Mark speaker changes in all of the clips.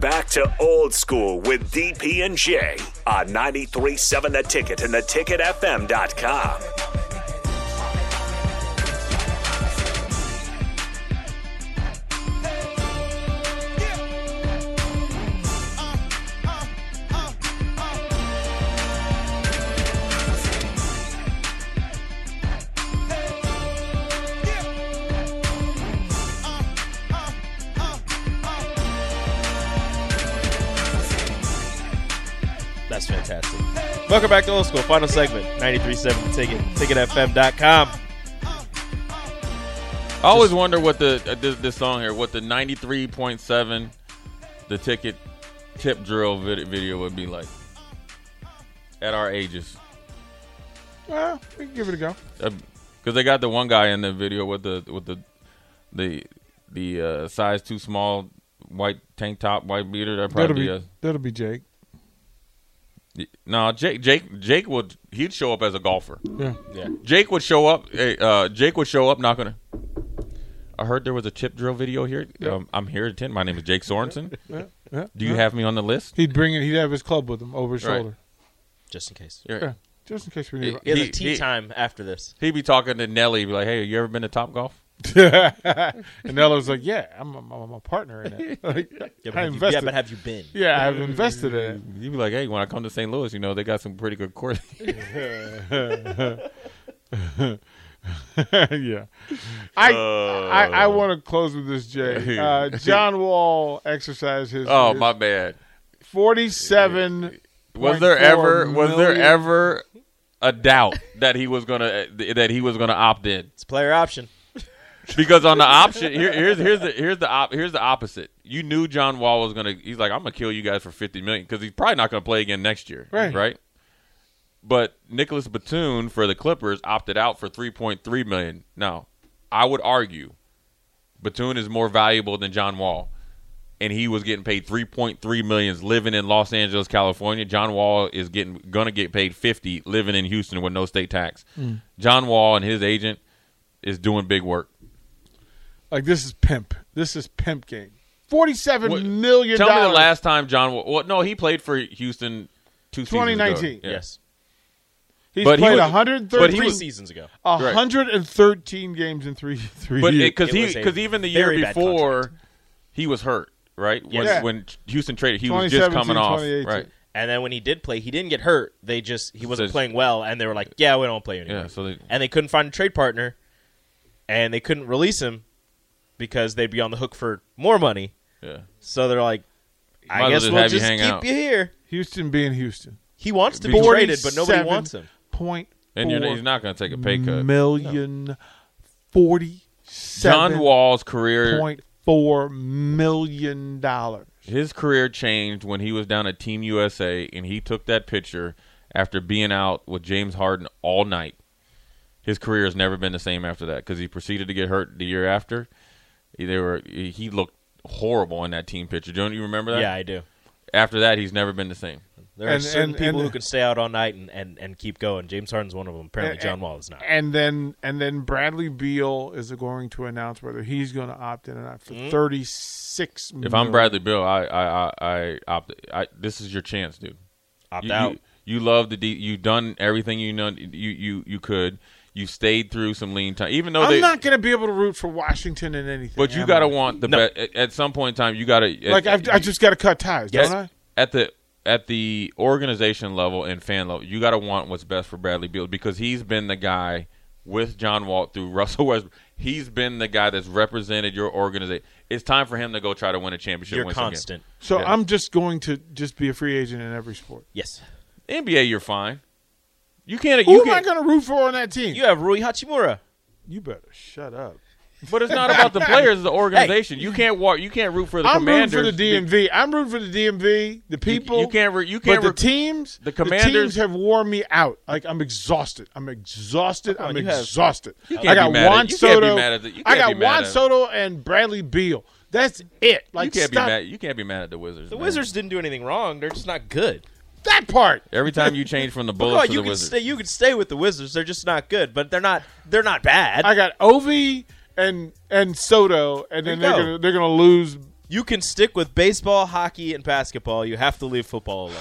Speaker 1: Back to old school with DP and J on 937 the ticket and the ticketfm.com.
Speaker 2: That's fantastic. Welcome back to Old School. Final segment, 93.7 Ticket, ticketfm.com.
Speaker 3: I always wonder what the uh, this, this song here, what the ninety three point seven, the ticket tip drill vid- video would be like at our ages,
Speaker 4: Well, we can give it a go.
Speaker 3: because they got the one guy in the video with the with the the the uh, size too small white tank top, white beater. That
Speaker 4: That'll
Speaker 3: probably
Speaker 4: be,
Speaker 3: be,
Speaker 4: that'll be Jake.
Speaker 3: us. no Jake. Jake Jake would he'd show up as a golfer.
Speaker 4: Yeah.
Speaker 2: Yeah.
Speaker 3: Jake would show up. Hey, uh, Jake would show up Not gonna. I heard there was a tip drill video here. Um, I'm here to attend. My name is Jake Sorensen.
Speaker 4: yeah.
Speaker 3: Do you have me on the list?
Speaker 4: He'd bring it. He'd have his club with him over his
Speaker 3: Right.
Speaker 4: shoulder.
Speaker 2: Just in case.
Speaker 4: Yeah. Just in case we need.
Speaker 2: Yeah,
Speaker 3: He-
Speaker 2: the tea
Speaker 3: he-
Speaker 2: time after this.
Speaker 3: He'd be talking to Nelly, be like, "Hey, you ever been to Top Golf?"
Speaker 4: and Ella's like, "Yeah, I'm, I'm, I'm a partner in it. Like,
Speaker 2: Yeah, but,
Speaker 4: I
Speaker 2: have you, yeah,
Speaker 4: invested.
Speaker 2: but have you been?
Speaker 4: yeah, I've invested in it.
Speaker 3: You'd be like, "Hey, when I come to St. Louis, you know they got some pretty good courses."
Speaker 4: yeah. I I,
Speaker 3: Uh.
Speaker 4: I want to close with this, Jay. Uh, John Wall exercised his,
Speaker 3: oh my bad.
Speaker 4: forty-seven.
Speaker 3: Was there ever was there ever a doubt that he was gonna that he was gonna opt in?
Speaker 2: It's player option.
Speaker 3: Because on the option here, here's here's the here's the op, here's the opposite. You knew John Wall was gonna. He's like, I'm gonna kill you guys for 50 million because he's probably not gonna play again next year,
Speaker 4: Right.
Speaker 3: Right. But Nicholas Batum for the Clippers opted out for 3.3 million. Now, I would argue Batum is more valuable than John Wall, and he was getting paid 3.3 millions living in Los Angeles, California. John Wall is getting gonna get paid 50 living in Houston with no state tax. John Wall and his agent is doing big work.
Speaker 4: Like this is pimp. This is pimp game. Forty-seven
Speaker 3: What-
Speaker 4: million
Speaker 3: Tell me the
Speaker 4: dollars.
Speaker 3: last time John. Wa- Well, no, he played for Houston two seasons ago.
Speaker 4: 2019.
Speaker 3: Yeah.
Speaker 2: Yes.
Speaker 4: He's
Speaker 3: but he
Speaker 4: played
Speaker 3: was-
Speaker 4: one hundred
Speaker 3: but
Speaker 4: thirteen.
Speaker 3: he
Speaker 2: Three
Speaker 3: was-
Speaker 2: seasons ago.
Speaker 3: correct.
Speaker 4: 113 games in three three
Speaker 3: But
Speaker 4: years.
Speaker 3: because
Speaker 2: It
Speaker 3: he
Speaker 2: was a
Speaker 3: because even the year
Speaker 2: very bad
Speaker 3: before, he was hurt. Right when,
Speaker 4: Yes.
Speaker 3: when Houston traded, he was just
Speaker 4: 2017,
Speaker 3: coming off.
Speaker 4: 2018.
Speaker 3: Right.
Speaker 2: And then when he did play, he didn't get hurt. They just he wasn't
Speaker 3: Says-
Speaker 2: playing well, and they were like, "Yeah, we don't play anymore."
Speaker 3: Yeah. So they,
Speaker 2: and they couldn't find a trade partner, and they couldn't release him because they'd be on the hook for more money.
Speaker 3: yeah.
Speaker 2: So they're like, "I
Speaker 3: Might as well
Speaker 2: guess
Speaker 3: just
Speaker 2: we'll
Speaker 3: have you
Speaker 2: just
Speaker 3: hang
Speaker 2: keep
Speaker 3: out."
Speaker 2: you here."
Speaker 4: Houston being Houston,
Speaker 2: He wants to be
Speaker 3: Forty
Speaker 2: traded, but nobody wants him.
Speaker 4: Point
Speaker 3: And you're, he's not going to take a pay cut.
Speaker 4: million forty-seven
Speaker 3: John Wall's career,
Speaker 4: point four million dollars.
Speaker 3: his career changed when he was down at Team USA, and he took that picture after being out with James Harden all night. His career has never been the same after that because he proceeded to get hurt the year after. They were he looked horrible on that team picture. Don't you remember that?
Speaker 2: Yeah, I do.
Speaker 3: After that, he's never been the same.
Speaker 2: There are
Speaker 4: And-
Speaker 2: certain
Speaker 4: and-
Speaker 2: people
Speaker 4: and-
Speaker 2: who can stay out all night and, and, and keep going. James Harden's one of them. Apparently, John Wall is not.
Speaker 4: And then and then Bradley Beal is going to announce whether he's going to opt in or not
Speaker 2: Hmm.
Speaker 4: for thirty six.
Speaker 3: If I'm Bradley Bill, I I I, I opt. I, this is your chance, dude.
Speaker 2: Opt
Speaker 3: you,
Speaker 2: out.
Speaker 3: You, you love the D. You done everything you know. You you you could. You stayed through some lean time, even though
Speaker 4: I'm
Speaker 3: they.
Speaker 4: not going to be able to root for Washington in anything.
Speaker 3: but you
Speaker 4: am
Speaker 3: got to
Speaker 4: I?
Speaker 3: want the
Speaker 2: No.
Speaker 3: best. At, at some point in time, you got to
Speaker 4: like I've, I just got to cut ties,
Speaker 3: Yes.
Speaker 4: don't I?
Speaker 3: At the at the organization level and fan level, you got to want what's best for Bradley Beal because he's been the guy with John Wall through Russell Westbrook. He's been the guy that's represented your organization. It's time for him to go try to win a championship.
Speaker 2: You're
Speaker 3: win some
Speaker 2: constant.
Speaker 4: So
Speaker 3: Yeah.
Speaker 4: I'm just going to just be a free agent in every sport.
Speaker 2: Yes.
Speaker 3: games. NBA, you're fine. You can't.
Speaker 4: Who
Speaker 3: You
Speaker 4: am I
Speaker 3: can't
Speaker 4: going to root for on that team?
Speaker 2: You have Rui Hachimura.
Speaker 4: You better shut up.
Speaker 3: but it's not about the players; it's the organization. You can't walk. You can't root for the
Speaker 4: I'm rooting
Speaker 3: commanders.
Speaker 4: for the DMV. I'm rooting for the DMV. The people.
Speaker 3: you can't re- you can't
Speaker 4: But
Speaker 3: re-
Speaker 4: the teams.
Speaker 3: the Commanders-
Speaker 4: teams have worn me out. Like I'm exhausted. I'm exhausted. I'm
Speaker 2: you have-
Speaker 4: exhausted.
Speaker 3: can't
Speaker 4: I got
Speaker 3: be mad at-
Speaker 4: Juan
Speaker 3: you can't be
Speaker 4: Soto.
Speaker 3: mad at the- you
Speaker 4: I
Speaker 3: can't
Speaker 4: got
Speaker 3: be mad
Speaker 4: Juan
Speaker 3: at-
Speaker 4: Soto and Bradley Beal. That's it.
Speaker 3: you
Speaker 4: Like
Speaker 3: can't
Speaker 4: stop
Speaker 3: be mad. You can't be mad at the Wizards.
Speaker 2: The
Speaker 3: man.
Speaker 2: Wizards didn't do anything wrong. They're just not good.
Speaker 4: that part.
Speaker 3: Every time you change from the
Speaker 2: But
Speaker 3: Bullets
Speaker 2: God,
Speaker 3: to
Speaker 2: you
Speaker 3: the
Speaker 2: can
Speaker 3: Wizards,
Speaker 2: stay. You can stay with the Wizards. They're just not good. But they're not. They're not bad.
Speaker 4: I got Ovi and and Soto, and then
Speaker 2: There you
Speaker 4: they're
Speaker 2: go.
Speaker 4: gonna, they're gonna lose.
Speaker 2: you can stick with baseball, hockey, and basketball. You have to leave football alone.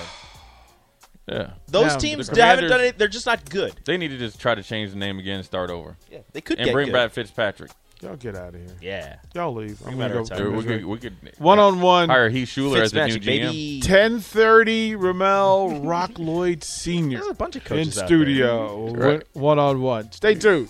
Speaker 3: yeah,
Speaker 2: Those
Speaker 4: Yeah,
Speaker 2: teams
Speaker 3: the
Speaker 2: haven't
Speaker 3: Commanders-
Speaker 2: done it. They're just not good.
Speaker 3: they need to just try to change the name again and start over.
Speaker 2: Yeah, they could
Speaker 3: and
Speaker 2: get
Speaker 3: bring
Speaker 2: good.
Speaker 3: back Fitzpatrick.
Speaker 4: Y'all get out of here.
Speaker 2: Yeah,
Speaker 4: Y'all leave. I'm
Speaker 2: better
Speaker 4: gonna
Speaker 2: retire.
Speaker 3: Or
Speaker 4: go.
Speaker 3: we could, we could
Speaker 4: One on one.
Speaker 3: hire Heath Schuler as the new
Speaker 2: Fitzmagic,
Speaker 3: GM.
Speaker 2: baby.
Speaker 4: Ten thirty, Ramel Rock Lloyd Senior.
Speaker 2: There's a bunch of
Speaker 4: in
Speaker 2: coaches out there.
Speaker 4: studio,
Speaker 3: Correct.
Speaker 4: one on one. Stay tuned.